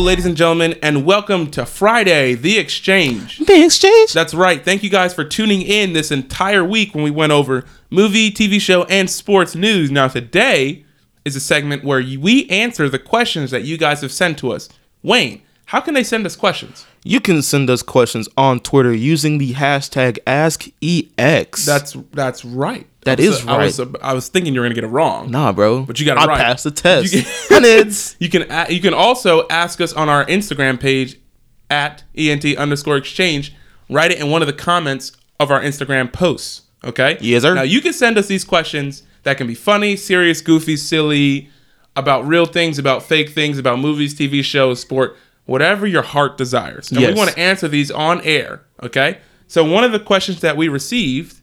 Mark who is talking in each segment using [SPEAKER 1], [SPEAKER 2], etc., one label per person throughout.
[SPEAKER 1] ladies and gentlemen, and welcome to Friday, The Exchange.
[SPEAKER 2] The exchange.
[SPEAKER 1] That's right. Thank you guys for tuning in this entire week when we went over movie, TV show, and sports news. Now, today is a segment where we answer the questions that you guys have sent to us. Wayne, how can they send us questions?
[SPEAKER 2] You can send us questions on Twitter using the hashtag AskEX.
[SPEAKER 1] That's that's right.
[SPEAKER 2] That
[SPEAKER 1] That is
[SPEAKER 2] is
[SPEAKER 1] I was, I was thinking you were gonna get it wrong.
[SPEAKER 2] nah, bro.
[SPEAKER 1] But you got it
[SPEAKER 2] I
[SPEAKER 1] right.
[SPEAKER 2] passed the test.
[SPEAKER 1] You-
[SPEAKER 2] Hundreds.
[SPEAKER 1] You can a- you can also ask us on our Instagram page at ent underscore exchange. Write it in one of the comments of our Instagram posts. Okay.
[SPEAKER 2] Yes, sir.
[SPEAKER 1] Now you can send us these questions that can be funny, serious, goofy, silly, about real things, about fake things, about movies, TV shows, sport, whatever your heart desires. And
[SPEAKER 2] Yes.
[SPEAKER 1] we want to answer these on air. Okay. So one of the questions that we received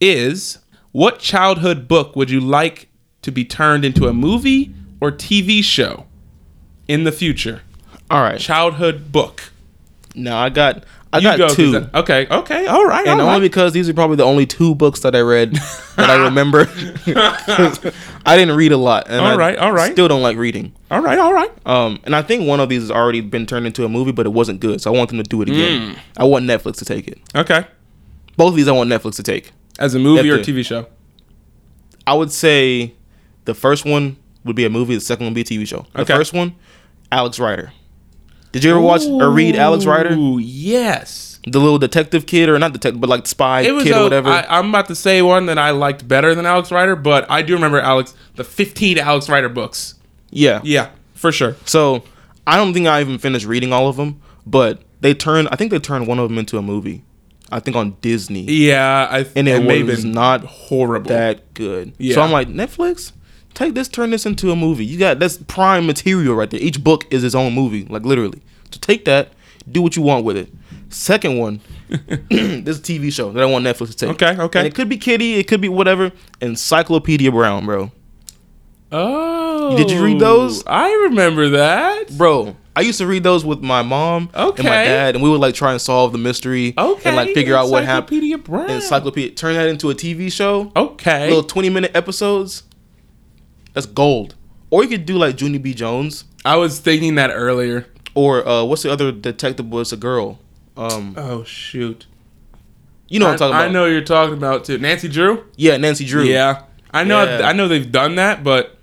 [SPEAKER 1] is what childhood book would you like to be turned into a movie or TV show in the future?
[SPEAKER 2] All right.
[SPEAKER 1] Childhood book.
[SPEAKER 2] Now I got I
[SPEAKER 1] You
[SPEAKER 2] got
[SPEAKER 1] go, 'cause
[SPEAKER 2] two.
[SPEAKER 1] that- okay, okay, all right.
[SPEAKER 2] and
[SPEAKER 1] all
[SPEAKER 2] only
[SPEAKER 1] right.
[SPEAKER 2] because these are probably the only two books that I read that I remember. 'Cause I didn't read a lot. And
[SPEAKER 1] All
[SPEAKER 2] I
[SPEAKER 1] right, all right.
[SPEAKER 2] Still don't like reading.
[SPEAKER 1] all right, all right.
[SPEAKER 2] Um, and I think one of these has already been turned into a movie, but it wasn't good. So I want them to do it
[SPEAKER 1] Mm.
[SPEAKER 2] again. I want Netflix to take it.
[SPEAKER 1] Okay.
[SPEAKER 2] Both of these I want Netflix to take.
[SPEAKER 1] As a movie or
[SPEAKER 2] Definitely.
[SPEAKER 1] TV show?
[SPEAKER 2] I would say the first one would be a movie. The second one would be a TV show. The
[SPEAKER 1] Okay.
[SPEAKER 2] first one, Alex Rider. Did you ever watch or read Alex Rider,
[SPEAKER 1] Ooh, yes.
[SPEAKER 2] the little detective kid, or not detective, but like spy
[SPEAKER 1] It was
[SPEAKER 2] kid
[SPEAKER 1] a-
[SPEAKER 2] or whatever?
[SPEAKER 1] I, I'm about to say one that I liked better than Alex Rider, but I do remember Alex the 15 Alex Rider books.
[SPEAKER 2] yeah.
[SPEAKER 1] Yeah, for sure.
[SPEAKER 2] So I don't think I even finished reading all of them, but they turned. I think they turned one of them into a movie. I think on Disney.
[SPEAKER 1] Yeah, I
[SPEAKER 2] and it,
[SPEAKER 1] may have
[SPEAKER 2] was
[SPEAKER 1] been
[SPEAKER 2] not
[SPEAKER 1] horrible.
[SPEAKER 2] that good.
[SPEAKER 1] Yeah.
[SPEAKER 2] So I'm like Netflix, take this, turn this into a movie. You got that's prime material right there. Each book is its own movie, like literally. So take that, do what you want with it. Second one, this TV show that I want Netflix to take.
[SPEAKER 1] Okay, okay.
[SPEAKER 2] And it could be Kitty, it could be whatever. Encyclopedia Brown, bro.
[SPEAKER 1] Oh,
[SPEAKER 2] Did you read those?
[SPEAKER 1] I remember that.
[SPEAKER 2] Bro, I used to read those with my mom and my
[SPEAKER 1] Okay.
[SPEAKER 2] dad, and we would like try and solve the mystery
[SPEAKER 1] Okay,
[SPEAKER 2] and like figure out what happened.
[SPEAKER 1] Encyclopedia Brown.
[SPEAKER 2] Encyclopedia. Turn that into a TV show.
[SPEAKER 1] okay.
[SPEAKER 2] little 20 minute episodes that's gold or you could do like junie b jones
[SPEAKER 1] I was thinking that earlier.
[SPEAKER 2] or uh what's the other detective was a girl um
[SPEAKER 1] Oh shoot!
[SPEAKER 2] you know what i'm talking about
[SPEAKER 1] I know what you're talking about too. Nancy Drew.
[SPEAKER 2] yeah nancy drew
[SPEAKER 1] Yeah, I know. I've-
[SPEAKER 2] Yeah.
[SPEAKER 1] I know they've done that, but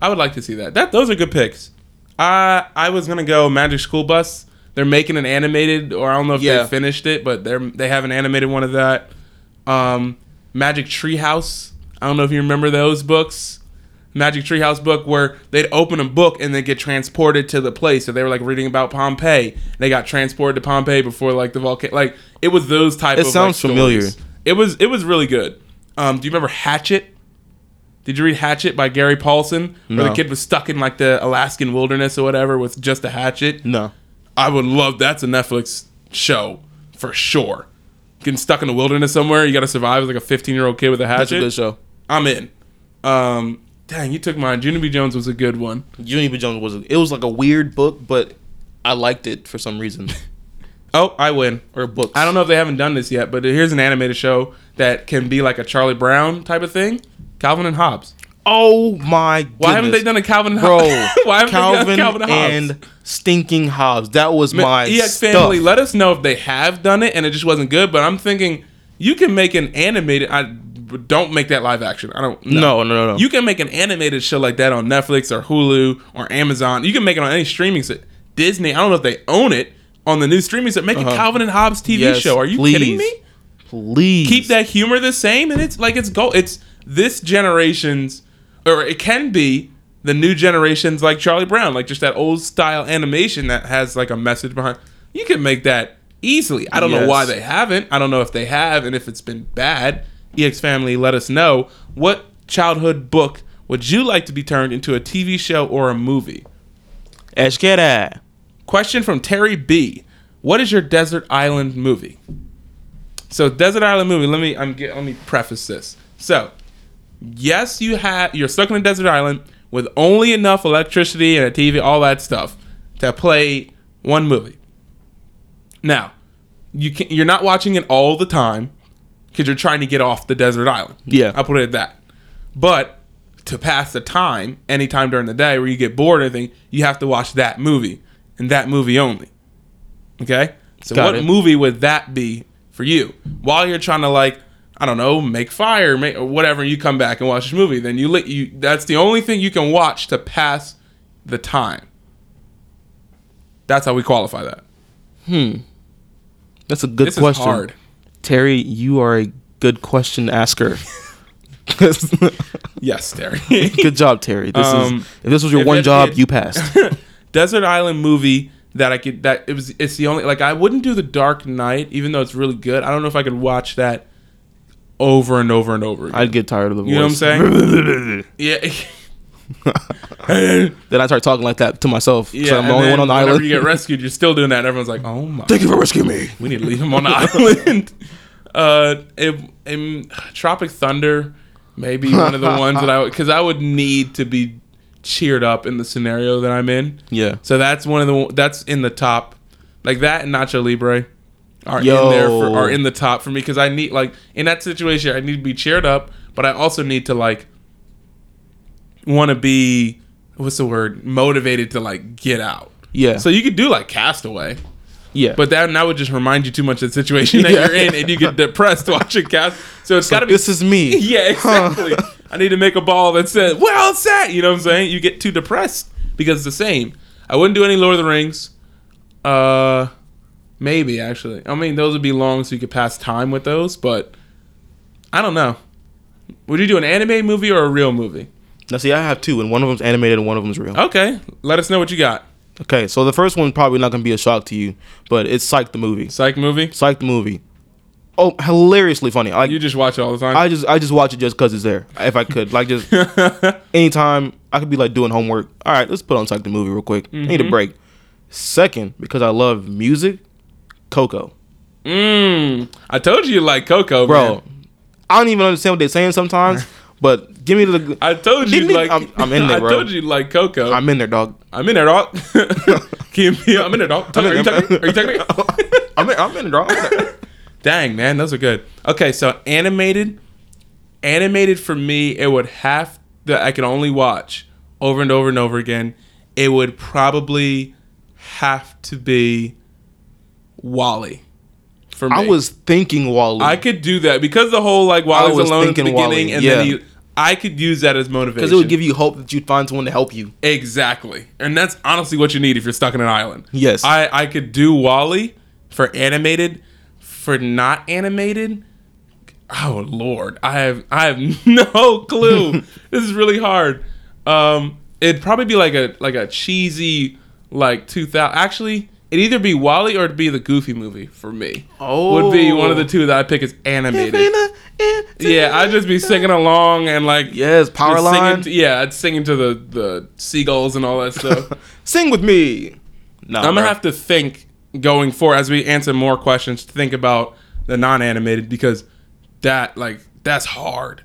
[SPEAKER 1] I would like to see that. That those are good picks. I I was gonna go Magic School Bus. They're making an animated, or I don't know if
[SPEAKER 2] Yeah.
[SPEAKER 1] they finished it, but they're they have an animated one of that. Um, Magic Treehouse. I don't know if you remember those books. Magic Treehouse book where they'd open a book and then get transported to the place. So they were like reading about Pompeii. They got transported to Pompeii before like the volcano. Like it was those type.
[SPEAKER 2] It
[SPEAKER 1] of,
[SPEAKER 2] sounds
[SPEAKER 1] like,
[SPEAKER 2] familiar.
[SPEAKER 1] stories. It was it was really good. Um, do you remember Hatchet? Did you read Hatchet by Gary Paulson? Where
[SPEAKER 2] No.
[SPEAKER 1] the kid was stuck in like the Alaskan wilderness or whatever with just a hatchet.
[SPEAKER 2] no
[SPEAKER 1] I would love that's a Netflix show for sure. Getting stuck in the wilderness somewhere, you got to survive as like a 15 year old kid with a
[SPEAKER 2] that's a
[SPEAKER 1] hatchet.
[SPEAKER 2] good show
[SPEAKER 1] I'm in. Um, dang, you took mine. Junie B. Jones was a good one.
[SPEAKER 2] junie b jones was it was like a weird book but i liked it for some reason
[SPEAKER 1] Oh, I win.
[SPEAKER 2] or books
[SPEAKER 1] I don't know if they haven't done this yet, but here's an animated show that can be like a Charlie Brown type of thing. Calvin and Hobbes.
[SPEAKER 2] oh my god
[SPEAKER 1] Why haven't they done a Calvin and
[SPEAKER 2] bro
[SPEAKER 1] Hobbes? Why haven't
[SPEAKER 2] calvin,
[SPEAKER 1] they done Calvin and Hobbes?
[SPEAKER 2] and stinking hobbs that was my
[SPEAKER 1] EX
[SPEAKER 2] stuff.
[SPEAKER 1] family, let us know if they have done it and it just wasn't good. But I'm thinking you can make an animated. I don't make that live action. I don't.
[SPEAKER 2] no no no no
[SPEAKER 1] You can make an animated show like that on Netflix or Hulu or Amazon. You can make it on any streaming set. Disney. I don't know if they own it on the new streaming set. Make a Calvin and Hobbes TV
[SPEAKER 2] Uh-huh. Yes,
[SPEAKER 1] show. Are you
[SPEAKER 2] please.
[SPEAKER 1] kidding me?
[SPEAKER 2] please
[SPEAKER 1] keep that humor the same and it's like it's gold it's this generation's or it can be the new generation's like charlie brown like just that old style animation that has like a message behind you can make that easily i don't know
[SPEAKER 2] Yes.
[SPEAKER 1] why they haven't i don't know if they have and if it's been bad ex family let us know what childhood book would you like to be turned into a tv show or a movie
[SPEAKER 2] Ash get that.
[SPEAKER 1] Question from Terry B. What is your desert island movie? So desert island movie. Let me I'm get, let me preface this. So yes, you have you're stuck in a desert island with only enough electricity and a TV, all that stuff, to play one movie. Now, you can you're not watching it all the time because you're trying to get off the desert island.
[SPEAKER 2] Yeah.
[SPEAKER 1] I'll put it at that. But to pass the time, anytime during the day where you get bored or anything, you have to watch that movie. in that movie only. Okay? So
[SPEAKER 2] Got
[SPEAKER 1] what
[SPEAKER 2] it.
[SPEAKER 1] movie would that be for you? While you're trying to like, I don't know, make fire, make or whatever, you come back and watch this movie, then you li- you that's the only thing you can watch to pass the time. That's how we qualify that.
[SPEAKER 2] That's a good
[SPEAKER 1] This
[SPEAKER 2] question.
[SPEAKER 1] is hard.
[SPEAKER 2] Terry, you are a good question asker.
[SPEAKER 1] Yes, Terry.
[SPEAKER 2] good job, Terry. This
[SPEAKER 1] Um,
[SPEAKER 2] is if this was your
[SPEAKER 1] if
[SPEAKER 2] one
[SPEAKER 1] that
[SPEAKER 2] job,
[SPEAKER 1] kid-
[SPEAKER 2] you passed.
[SPEAKER 1] desert island movie that I could that it was it's the only like I wouldn't do the Dark Knight even though it's really good. I don't know if I could watch that over and over and over. Again.
[SPEAKER 2] I'd get tired of the voice.
[SPEAKER 1] You know what I'm
[SPEAKER 2] saying?
[SPEAKER 1] yeah,
[SPEAKER 2] then I start talking like that to myself.
[SPEAKER 1] yeah.
[SPEAKER 2] Yeah, I'm
[SPEAKER 1] and
[SPEAKER 2] the only
[SPEAKER 1] then
[SPEAKER 2] one on the
[SPEAKER 1] whenever
[SPEAKER 2] island.
[SPEAKER 1] You get rescued, you're still doing that. And everyone's like, oh my,
[SPEAKER 2] Thank you for rescuing me.
[SPEAKER 1] we need to leave him on the island. Uh, it, in Tropic Thunder, maybe one of the ones that I would because I would need to be cheered up in the scenario that I'm in.
[SPEAKER 2] Yeah.
[SPEAKER 1] So that's one of the that's in the top, like that and Nacho Libre are in
[SPEAKER 2] Yo.
[SPEAKER 1] there for, are in the top for me because I need like in that situation I need to be cheered up, but I also need to like want to be what's the word motivated to like get out.
[SPEAKER 2] Yeah.
[SPEAKER 1] So you could do like Castaway,
[SPEAKER 2] yeah.
[SPEAKER 1] but that that would just remind you too much of the situation that
[SPEAKER 2] Yeah.
[SPEAKER 1] you're in, and you get depressed watching Cast. So it's got to be
[SPEAKER 2] this is me.
[SPEAKER 1] yeah, exactly. I need to make a ball that says, We're all set. You know what I'm saying? You get too depressed because it's the same. I wouldn't do any Lord of the Rings. Uh maybe actually. I mean those would be long so you could pass time with those, but I don't know. Would you do an anime movie or a real movie?
[SPEAKER 2] Now see, I have two, and one of them's animated, and one of them's real.
[SPEAKER 1] Okay. Let us know what you got.
[SPEAKER 2] Okay, so the first one probably not gonna be a shock to you, but it's Psych the movie.
[SPEAKER 1] Psych movie?
[SPEAKER 2] Psych the movie. Oh, hilariously funny. Like
[SPEAKER 1] You just watch it all the time.
[SPEAKER 2] I just I just watch it just cause it's there. If I could, like just anytime I could be like doing homework. All right, let's put on Psych the movie real quick. I
[SPEAKER 1] Mm-hmm.
[SPEAKER 2] need a break. Second, because I love music, Coco.
[SPEAKER 1] Mmm. I told you you like Coco,
[SPEAKER 2] Bro,
[SPEAKER 1] man.
[SPEAKER 2] I don't even understand what they're saying sometimes, but give me the.
[SPEAKER 1] I told you
[SPEAKER 2] Didn't he-
[SPEAKER 1] like
[SPEAKER 2] I'm- I'm in there,
[SPEAKER 1] I
[SPEAKER 2] bro.
[SPEAKER 1] told you you like Coco.
[SPEAKER 2] I'm in there, dog.
[SPEAKER 1] I'm in there, dog. Can you be- I'm in there, dog. Are you technical? Are you technical?
[SPEAKER 2] I'm in, I'm in there, dog. I'm in there.
[SPEAKER 1] Dang, man, those are good. Okay, so animated, animated for me, it would have that I could only watch over and over and over again. It would probably have to be Wally. For me,
[SPEAKER 2] I was thinking Wally.
[SPEAKER 1] I could do that because the whole like Wally's
[SPEAKER 2] was
[SPEAKER 1] alone at the
[SPEAKER 2] thinking
[SPEAKER 1] beginning,
[SPEAKER 2] Wally,
[SPEAKER 1] and then
[SPEAKER 2] yeah.
[SPEAKER 1] he, I could use that as motivation
[SPEAKER 2] because it would give you hope that you'd find someone to help you.
[SPEAKER 1] Exactly. And that's honestly what you need if you're stuck in an island.
[SPEAKER 2] Yes.
[SPEAKER 1] I, I could do Wally for animated, for not animated. Oh lord, I have I have no clue. this is really hard. Um it'd probably be like a like a cheesy like 2000 actually it'd either be Wally or it'd be the Goofy movie for me. Would be one of
[SPEAKER 2] Oh.
[SPEAKER 1] the two that I pick as animated. Yeah, I'd just be singing along and like
[SPEAKER 2] Yes, power
[SPEAKER 1] just singing
[SPEAKER 2] line.
[SPEAKER 1] to- yeah, I'd singing to the the seagulls and all that stuff.
[SPEAKER 2] Sing with me. No, bro.
[SPEAKER 1] I'm gonna have to think going forward as we answer more questions. to Think about the non-animated because that like that's hard.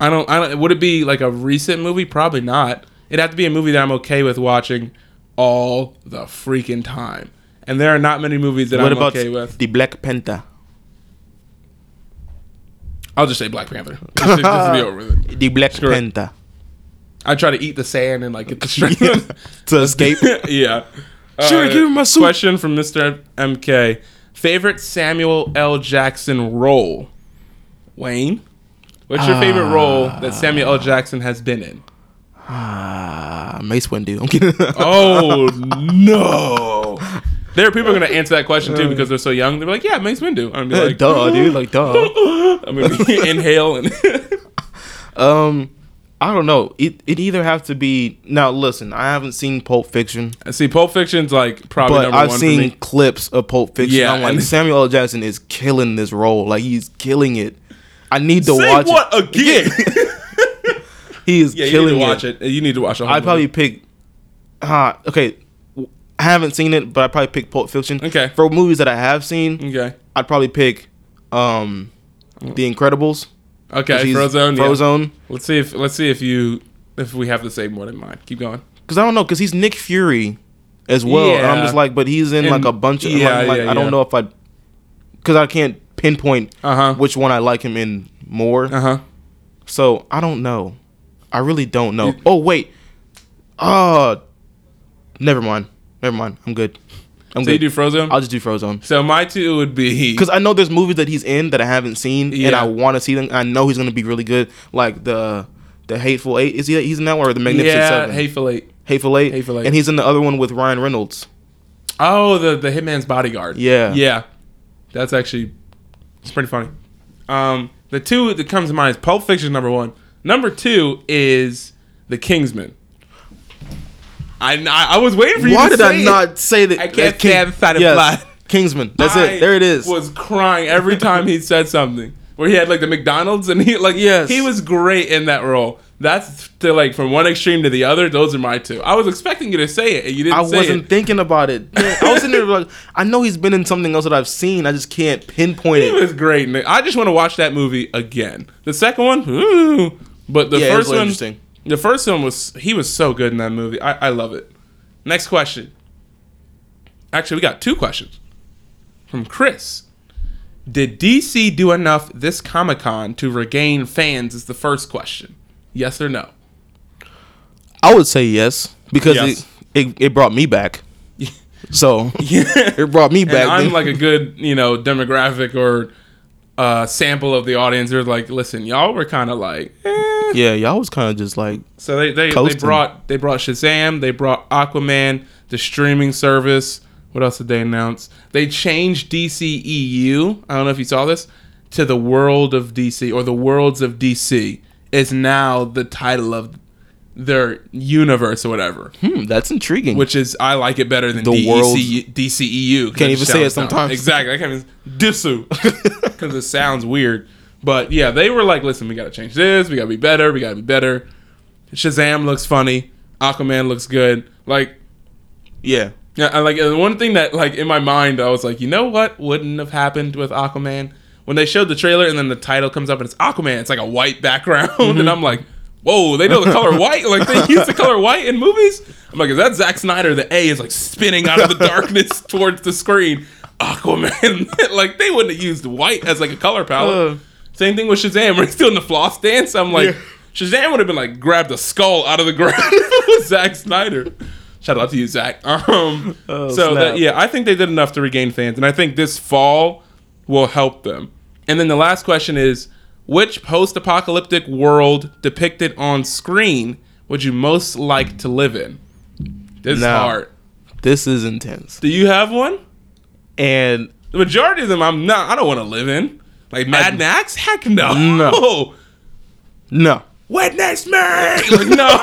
[SPEAKER 1] I don't. I don't. Would it be like a recent movie? Probably not. It'd have to be a movie that I'm okay with watching all the freaking time. And there are not many movies that
[SPEAKER 2] What
[SPEAKER 1] I'm
[SPEAKER 2] about
[SPEAKER 1] okay with.
[SPEAKER 2] the Black Panther?
[SPEAKER 1] I'll just say Black Panther. Just to- just to be over with it.
[SPEAKER 2] The Black
[SPEAKER 1] Sure.
[SPEAKER 2] Panther
[SPEAKER 1] I try to eat the sand and like get the strength.
[SPEAKER 2] to escape.
[SPEAKER 1] yeah. Uh,
[SPEAKER 2] Sure, give him my suit.
[SPEAKER 1] Question from Mr. MK. Favorite Samuel L. Jackson role? Wayne? What's your favorite role that Samuel L. Jackson has been in?
[SPEAKER 2] Ah, Mace Windu. I'm kidding.
[SPEAKER 1] Oh, no. There are people going to answer that question too because they're so young. They're like, yeah, Mace Windu. I'm going to be like,
[SPEAKER 2] Uh, duh, dude. Like, duh.
[SPEAKER 1] I'm going to inhale and.
[SPEAKER 2] Um, I don't know. It it either have to be now. Listen, I haven't seen Pulp Fiction,
[SPEAKER 1] See, Pulp Fiction's like probably
[SPEAKER 2] but
[SPEAKER 1] number
[SPEAKER 2] I've
[SPEAKER 1] one for
[SPEAKER 2] seen
[SPEAKER 1] me.
[SPEAKER 2] clips of Pulp Fiction.
[SPEAKER 1] Yeah,
[SPEAKER 2] I'm like,
[SPEAKER 1] and-
[SPEAKER 2] Samuel L. Jackson is killing this role. Like, he's killing it. I need to
[SPEAKER 1] Say
[SPEAKER 2] watch
[SPEAKER 1] what
[SPEAKER 2] it.
[SPEAKER 1] again?
[SPEAKER 2] He is
[SPEAKER 1] Yeah, you
[SPEAKER 2] killing
[SPEAKER 1] need to
[SPEAKER 2] it.
[SPEAKER 1] watch it. You need to watch the whole
[SPEAKER 2] I probably
[SPEAKER 1] movie.
[SPEAKER 2] pick. Uh, okay, w- I haven't seen it, but I probably pick Pulp Fiction.
[SPEAKER 1] Okay.
[SPEAKER 2] For movies that I have seen,
[SPEAKER 1] okay.
[SPEAKER 2] I'd probably pick, um, The Incredibles.
[SPEAKER 1] Okay,
[SPEAKER 2] 'cause he's-
[SPEAKER 1] Frozone. yeah.
[SPEAKER 2] Frozone.
[SPEAKER 1] Let's see if let's see if you if we have the same one in mind. Keep going.
[SPEAKER 2] Because I don't know, because he's Nick Fury as well, and
[SPEAKER 1] Yeah.
[SPEAKER 2] I'm just like, but he's in
[SPEAKER 1] And-
[SPEAKER 2] like a bunch of.
[SPEAKER 1] yeah,
[SPEAKER 2] like, like,
[SPEAKER 1] yeah,
[SPEAKER 2] I
[SPEAKER 1] yeah.
[SPEAKER 2] don't know if I, because I can't pinpoint
[SPEAKER 1] Uh-huh.
[SPEAKER 2] which one I like him in more.
[SPEAKER 1] Uh huh.
[SPEAKER 2] So I don't know. I really don't know. oh wait. Uh never mind. Never mind. I'm good. I'm
[SPEAKER 1] So you
[SPEAKER 2] good.
[SPEAKER 1] do Frozen?
[SPEAKER 2] I'll just do Frozone.
[SPEAKER 1] so my two would be
[SPEAKER 2] Because I know there's movies that he's in that I haven't seen, and
[SPEAKER 1] Yeah.
[SPEAKER 2] I want to see them. I know he's gonna be really good, like the the Hateful Eight. Is he? He's in that one or the Magnificent
[SPEAKER 1] yeah,
[SPEAKER 2] Seven?
[SPEAKER 1] Hateful Eight.
[SPEAKER 2] Hateful Eight.
[SPEAKER 1] Hateful Eight.
[SPEAKER 2] And he's in the other one with Ryan Reynolds.
[SPEAKER 1] Oh, the the hitman's bodyguard.
[SPEAKER 2] Yeah.
[SPEAKER 1] yeah, that's actually it's pretty funny. Um, the two that comes to mind is Pulp Fiction number one. Number two is The Kingsman. I I, I was waiting for you.
[SPEAKER 2] Why
[SPEAKER 1] to
[SPEAKER 2] did
[SPEAKER 1] say
[SPEAKER 2] I
[SPEAKER 1] it.
[SPEAKER 2] not say that?
[SPEAKER 1] I can't stand side of blood.
[SPEAKER 2] Kingsman. That's
[SPEAKER 1] I
[SPEAKER 2] it. There it is.
[SPEAKER 1] Was crying every time he said something. Where he had like the McDonald's and he like
[SPEAKER 2] Yes.
[SPEAKER 1] he was great in that role. That's to like from one extreme to the other. Those are my two. I was expecting you to say it and you didn't.
[SPEAKER 2] I
[SPEAKER 1] say
[SPEAKER 2] wasn't
[SPEAKER 1] It.
[SPEAKER 2] thinking about it. Man, I was in there like, I know he's been in something else that I've seen. I just can't pinpoint
[SPEAKER 1] It
[SPEAKER 2] it.
[SPEAKER 1] was great. Nick. I just want to watch that movie again. The second one, ooh. but the
[SPEAKER 2] Yeah, it was
[SPEAKER 1] first one,
[SPEAKER 2] interesting.
[SPEAKER 1] the first one was he was so good in that movie. I, I love it. Next question. Actually, we got two questions from Chris. Did DC do enough this Comic Con to regain fans? Is the first question. Yes or no?
[SPEAKER 2] I would say yes because
[SPEAKER 1] Yes.
[SPEAKER 2] It, it it brought me back. So
[SPEAKER 1] Yeah.
[SPEAKER 2] it brought me back.
[SPEAKER 1] and I'm
[SPEAKER 2] then.
[SPEAKER 1] like a good, you know, demographic or uh, sample of the audience. They're like, listen, y'all were kind of like, eh.
[SPEAKER 2] yeah, y'all was kind of just like
[SPEAKER 1] So they they, they
[SPEAKER 2] Coasting.
[SPEAKER 1] brought they brought Shazam, they brought Aquaman, the streaming service. What else did they announce? They changed DCEU. I don't know if you saw this to the world of DC or the worlds of DC is now the title of their universe or whatever,
[SPEAKER 2] hmm, that's intriguing.
[SPEAKER 1] which is I like it better than E
[SPEAKER 2] The
[SPEAKER 1] DEC,
[SPEAKER 2] world-
[SPEAKER 1] DCEU. E 'cause
[SPEAKER 2] Can't
[SPEAKER 1] it
[SPEAKER 2] even say it
[SPEAKER 1] sounds dumb.
[SPEAKER 2] sometimes.
[SPEAKER 1] Exactly. I can't even Disu because it sounds weird. But yeah, they were like, listen, we got to change this. We got to be better. We got to be better. Shazam looks funny. Aquaman looks good. Like,
[SPEAKER 2] yeah,
[SPEAKER 1] yeah, I like uh, one thing that like in my mind, I was like, you know what wouldn't have happened with Aquaman when they showed the trailer and then the title comes up and it's Aquaman. It's like a white background, and I'm like, whoa, they know the color white. Like they use the color white in movies. I'm like, is that Zack Snyder? The A is like spinning out of the darkness towards the screen. Aquaman, like they wouldn't have used white as like a color palette.
[SPEAKER 2] Uh.
[SPEAKER 1] Same thing with Shazam. We're still in the floss dance. I'm like,
[SPEAKER 2] Yeah.
[SPEAKER 1] Shazam would have been like grabbed a skull out of the ground. It was Zack Snyder. Shout out to you, Zack. Um,
[SPEAKER 2] Oh,
[SPEAKER 1] so
[SPEAKER 2] snap.
[SPEAKER 1] that, yeah, I think they did enough to regain fans, and I think this fall will help them. And then the last question is, which post-apocalyptic world depicted on screen would you most like to live in? This is
[SPEAKER 2] Now.
[SPEAKER 1] hard.
[SPEAKER 2] this is intense.
[SPEAKER 1] Do you have one?
[SPEAKER 2] And
[SPEAKER 1] The majority of them, I'm not. I don't want to live in. Like Mad Max? Heck no.
[SPEAKER 2] No. no,
[SPEAKER 1] Witness me. Like, no.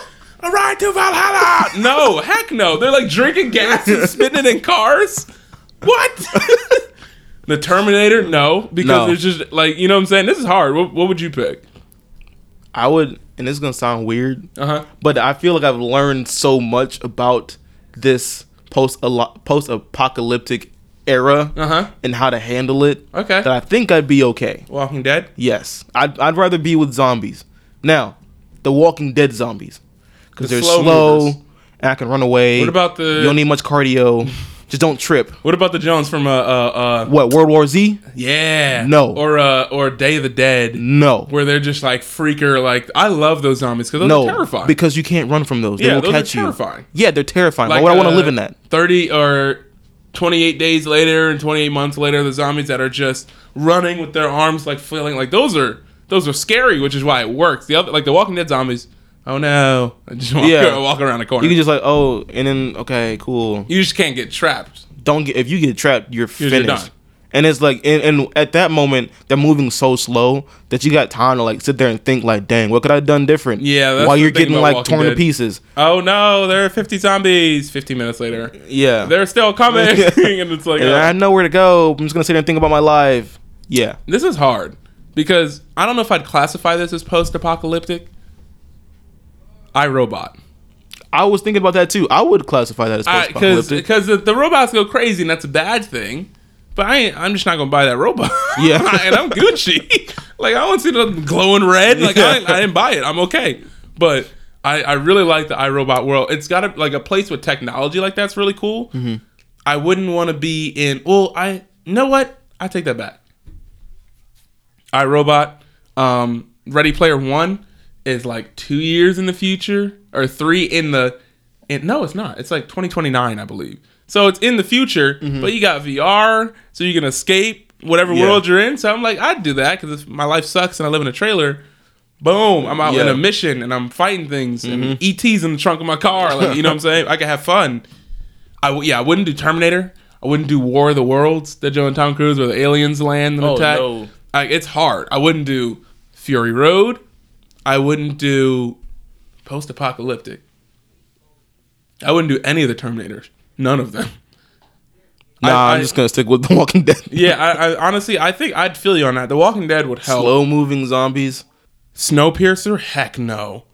[SPEAKER 1] A ride to Valhalla. No, heck no. They're like drinking gas and spitting it in cars. What? the Terminator? No, because
[SPEAKER 2] No.
[SPEAKER 1] there's just like you know what I'm saying. This is hard. What, what would you pick?
[SPEAKER 2] I would, and this is gonna sound weird,
[SPEAKER 1] Uh huh.
[SPEAKER 2] but I feel like I've learned so much about this post post apocalyptic era
[SPEAKER 1] Uh huh.
[SPEAKER 2] and how to handle it.
[SPEAKER 1] Okay.
[SPEAKER 2] That I think I'd be okay.
[SPEAKER 1] Walking Dead.
[SPEAKER 2] Yes, I'd I'd rather be with zombies. Now, the Walking Dead zombies because
[SPEAKER 1] The
[SPEAKER 2] they're
[SPEAKER 1] slow
[SPEAKER 2] slow,
[SPEAKER 1] movers.
[SPEAKER 2] and I can run away.
[SPEAKER 1] What about the-
[SPEAKER 2] You don't need much cardio. Just don't trip.
[SPEAKER 1] What about the Jones from uh uh uh?
[SPEAKER 2] What World War Z?
[SPEAKER 1] Yeah.
[SPEAKER 2] No.
[SPEAKER 1] Or uh or Day of the Dead,
[SPEAKER 2] No,
[SPEAKER 1] where they're just like freaker. Like I love those zombies because those
[SPEAKER 2] no,
[SPEAKER 1] are terrifying.
[SPEAKER 2] because you can't run from those. They
[SPEAKER 1] Yeah,
[SPEAKER 2] will
[SPEAKER 1] those are
[SPEAKER 2] catch you.
[SPEAKER 1] terrifying.
[SPEAKER 2] Yeah, they're terrifying.
[SPEAKER 1] Like,
[SPEAKER 2] Why would I want
[SPEAKER 1] uh,
[SPEAKER 2] to live in that?
[SPEAKER 1] 30 or 28 days later and 28 months later, the zombies that are just running with their arms like flailing, like those are those are scary, which is why it works. The other, like the Walking Dead zombies, oh no, I just walk,
[SPEAKER 2] Yeah.
[SPEAKER 1] walk around the corner.
[SPEAKER 2] You
[SPEAKER 1] You
[SPEAKER 2] can
[SPEAKER 1] just,
[SPEAKER 2] just like oh, and then okay, cool.
[SPEAKER 1] can't get trapped.
[SPEAKER 2] Don't get if you get trapped, you're
[SPEAKER 1] You're
[SPEAKER 2] finished.
[SPEAKER 1] done.
[SPEAKER 2] And it's like, and, and at that moment, they're moving so slow that you got time to like sit there and think, like, dang, what could I have done different?
[SPEAKER 1] Yeah, that's
[SPEAKER 2] while
[SPEAKER 1] the
[SPEAKER 2] you're
[SPEAKER 1] thing
[SPEAKER 2] getting
[SPEAKER 1] about
[SPEAKER 2] like
[SPEAKER 1] Walking
[SPEAKER 2] torn
[SPEAKER 1] Dead.
[SPEAKER 2] to pieces.
[SPEAKER 1] Oh no, there are 50 zombies. 15 minutes later,
[SPEAKER 2] Yeah,
[SPEAKER 1] they're still coming, and it's like
[SPEAKER 2] and
[SPEAKER 1] oh.
[SPEAKER 2] I know where to go. I'm just gonna sit there and think about my life. Yeah,
[SPEAKER 1] this is hard because I don't know if I'd classify this as post-apocalyptic. I robot.
[SPEAKER 2] I was thinking about that too. I would classify that as
[SPEAKER 1] because
[SPEAKER 2] post-apocalyptic.
[SPEAKER 1] because the, the robots go crazy and that's a bad thing. But I ain't, I'm just not gonna buy that robot.
[SPEAKER 2] Yeah.
[SPEAKER 1] and I'm Gucci. like I don't see the glowing red. Like I, ain't- I didn't buy it. I'm okay. But I, I really like the iRobot world. It's got a, like a place with technology like that's really cool.
[SPEAKER 2] Mm-hmm.
[SPEAKER 1] I wouldn't want to be in. Well, I you know what I take that back. iRobot, um, Ready Player One is like two years in the future or three in the And no, it's not. It's like 2029, I believe. So it's in the future, but you got VR, so you can escape whatever
[SPEAKER 2] Mm-hmm. Yeah.
[SPEAKER 1] world you're in. So I'm like, I'd do that because if my life sucks and I live in a trailer, boom, I'm out in
[SPEAKER 2] Yeah. Mm-hmm.
[SPEAKER 1] a mission and I'm fighting things and ET's in the trunk of my car. Like, you know what I'm saying? I can have fun. I w- yeah, I wouldn't do Terminator. I wouldn't do War of the Worlds that Joe and Tom Cruise where the aliens land and
[SPEAKER 2] Oh,
[SPEAKER 1] attack.
[SPEAKER 2] no.
[SPEAKER 1] Like it's hard. I wouldn't do Fury Road. I wouldn't do post apocalyptic. I wouldn't do any of the Terminators. None of them.
[SPEAKER 2] Nah, I,
[SPEAKER 1] I-
[SPEAKER 2] am
[SPEAKER 1] I-
[SPEAKER 2] just gonna stick with The Walking Dead.
[SPEAKER 1] Yeah, I, I honestly I think I'd feel you on that. The Walking Dead would help.
[SPEAKER 2] Slow moving zombies.
[SPEAKER 1] Snowpiercer? Heck no.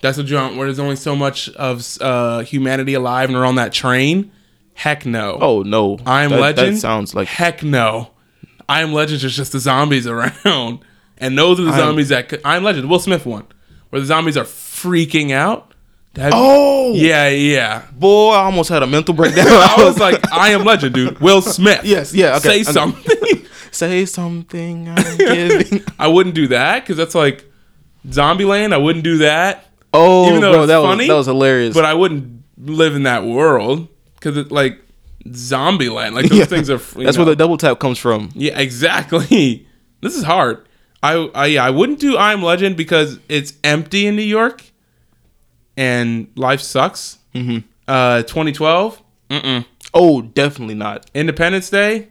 [SPEAKER 1] That's a jump where there's only so much of uh, humanity alive and they're on that train. Heck no.
[SPEAKER 2] Oh no.
[SPEAKER 1] I am
[SPEAKER 2] that,
[SPEAKER 1] Legend.
[SPEAKER 2] That sounds like
[SPEAKER 1] heck no. I am Legend is just the zombies around, and those are the zombies that c- I am Legend, the Will Smith one, where the zombies are freaking out. That-
[SPEAKER 2] Oh
[SPEAKER 1] yeah, yeah.
[SPEAKER 2] boy, I almost had a mental breakdown.
[SPEAKER 1] I was like, I am Legend, dude. Will Smith.
[SPEAKER 2] Yes, yeah, okay,
[SPEAKER 1] Say
[SPEAKER 2] I-
[SPEAKER 1] something.
[SPEAKER 2] Say something I'm giving.
[SPEAKER 1] I wouldn't do that because that's like Zombieland. I wouldn't do that.
[SPEAKER 2] Oh
[SPEAKER 1] Even though
[SPEAKER 2] bro,
[SPEAKER 1] it's
[SPEAKER 2] that
[SPEAKER 1] funny,
[SPEAKER 2] was that was hilarious.
[SPEAKER 1] but I wouldn't live in that world because it's like zombie land. Like those
[SPEAKER 2] Yeah.
[SPEAKER 1] things are. you
[SPEAKER 2] That's where
[SPEAKER 1] know.
[SPEAKER 2] the double tap comes from.
[SPEAKER 1] Yeah, exactly. This is hard. I, I yeah, I wouldn't do I'm Legend because it's empty in New York, and life sucks. Mm-hmm. Uh, 2012, mm-mm.
[SPEAKER 2] Oh, definitely not.
[SPEAKER 1] Independence Day,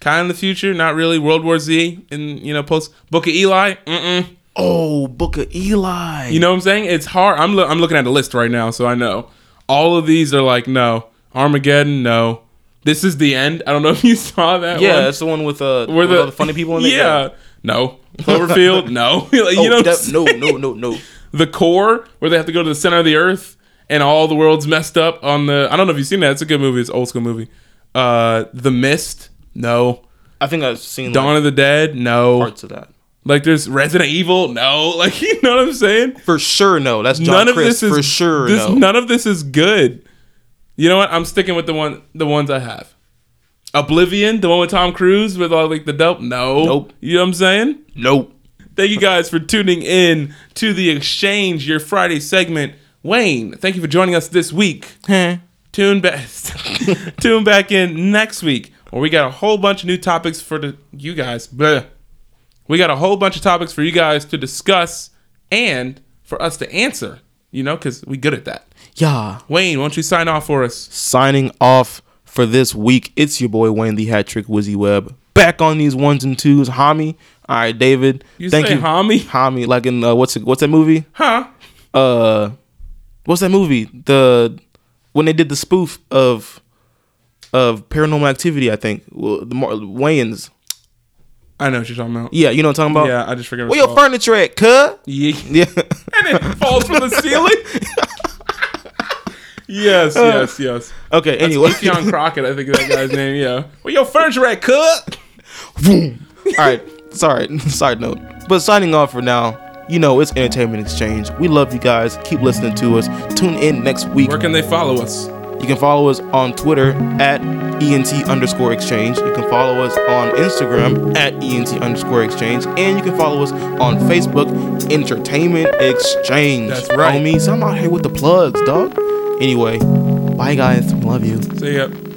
[SPEAKER 1] kind of the future, not really. World War Z, and you know, post Book of Eli, mm-mm.
[SPEAKER 2] Oh, Book of Eli.
[SPEAKER 1] You know what I'm saying? It's hard. I'm lo- I'm looking at a list right now, so I know all of these are like no Armageddon, no. This is the end. I don't know if you saw that.
[SPEAKER 2] yeah,
[SPEAKER 1] one.
[SPEAKER 2] that's the one with uh,
[SPEAKER 1] Where
[SPEAKER 2] with all the funny people in it.
[SPEAKER 1] Yeah. No. Cloverfield, no. Like,
[SPEAKER 2] Oh,
[SPEAKER 1] you know, what I'm
[SPEAKER 2] def- no,
[SPEAKER 1] saying?
[SPEAKER 2] no, no, no.
[SPEAKER 1] The core, where they have to go to the center of the earth and all the world's messed up on the. I don't know if you've seen that. It's a good movie. It's an old school movie. Uh, The Mist, no.
[SPEAKER 2] I think I've seen like,
[SPEAKER 1] Dawn of the Dead, no.
[SPEAKER 2] parts of that.
[SPEAKER 1] Like there's Resident Evil, no. Like you know what I'm saying?
[SPEAKER 2] For sure, no. That's John
[SPEAKER 1] none of
[SPEAKER 2] Chris.
[SPEAKER 1] this is
[SPEAKER 2] for sure,
[SPEAKER 1] This,
[SPEAKER 2] no.
[SPEAKER 1] None of this is good. You know what? I'm sticking with the one the ones I have. Oblivion, the one with Tom Cruise with all like the dope. No.
[SPEAKER 2] Nope.
[SPEAKER 1] You know what I'm saying?
[SPEAKER 2] Nope.
[SPEAKER 1] Thank you guys for tuning in to the exchange, your Friday segment. Wayne, thank you for joining us this week. Tune back, tune back in next week, where we got a whole bunch of new topics for the, you guys. Bleh. We got a whole bunch of topics for you guys to discuss and for us to answer. You know, because we good at that.
[SPEAKER 2] Yeah.
[SPEAKER 1] Wayne, won't you sign off for us?
[SPEAKER 2] Signing off for this week. It's your boy Wayne the Hat Trick Wizzy Web. Back on these ones and twos, homie. All right, David.
[SPEAKER 1] You
[SPEAKER 2] thank
[SPEAKER 1] say
[SPEAKER 2] you,
[SPEAKER 1] homie?
[SPEAKER 2] homie. Like in uh, what's it, what's that movie?
[SPEAKER 1] Huh?
[SPEAKER 2] Uh, what's that movie? The when they did the spoof of of Paranormal Activity, I think. Well, the Mar- Wayans.
[SPEAKER 1] I know what you're talking about.
[SPEAKER 2] Yeah, you know what I'm talking about.
[SPEAKER 1] Yeah, I just forget.
[SPEAKER 2] Where your furniture at, cuh?
[SPEAKER 1] yeah.
[SPEAKER 2] Yeah.
[SPEAKER 1] and it falls from the ceiling. yes, yes, yes.
[SPEAKER 2] okay. Anyway.
[SPEAKER 1] Keon Crockett, I think that guy's name. Yeah. Well, your furniture at cook.
[SPEAKER 2] All right. Sorry. Side note. But signing off for now. You know, it's Entertainment Exchange. We love you guys. Keep listening to us. Tune in next week.
[SPEAKER 1] Where can they follow us?
[SPEAKER 2] You can follow us on Twitter at ENT underscore exchange. You can follow us on Instagram at ENT underscore exchange. And you can follow us on Facebook, Entertainment Exchange.
[SPEAKER 1] That's right.
[SPEAKER 2] Homies, I'm out here with the plugs, dog. Anyway, bye guys. Love you.
[SPEAKER 1] Say up.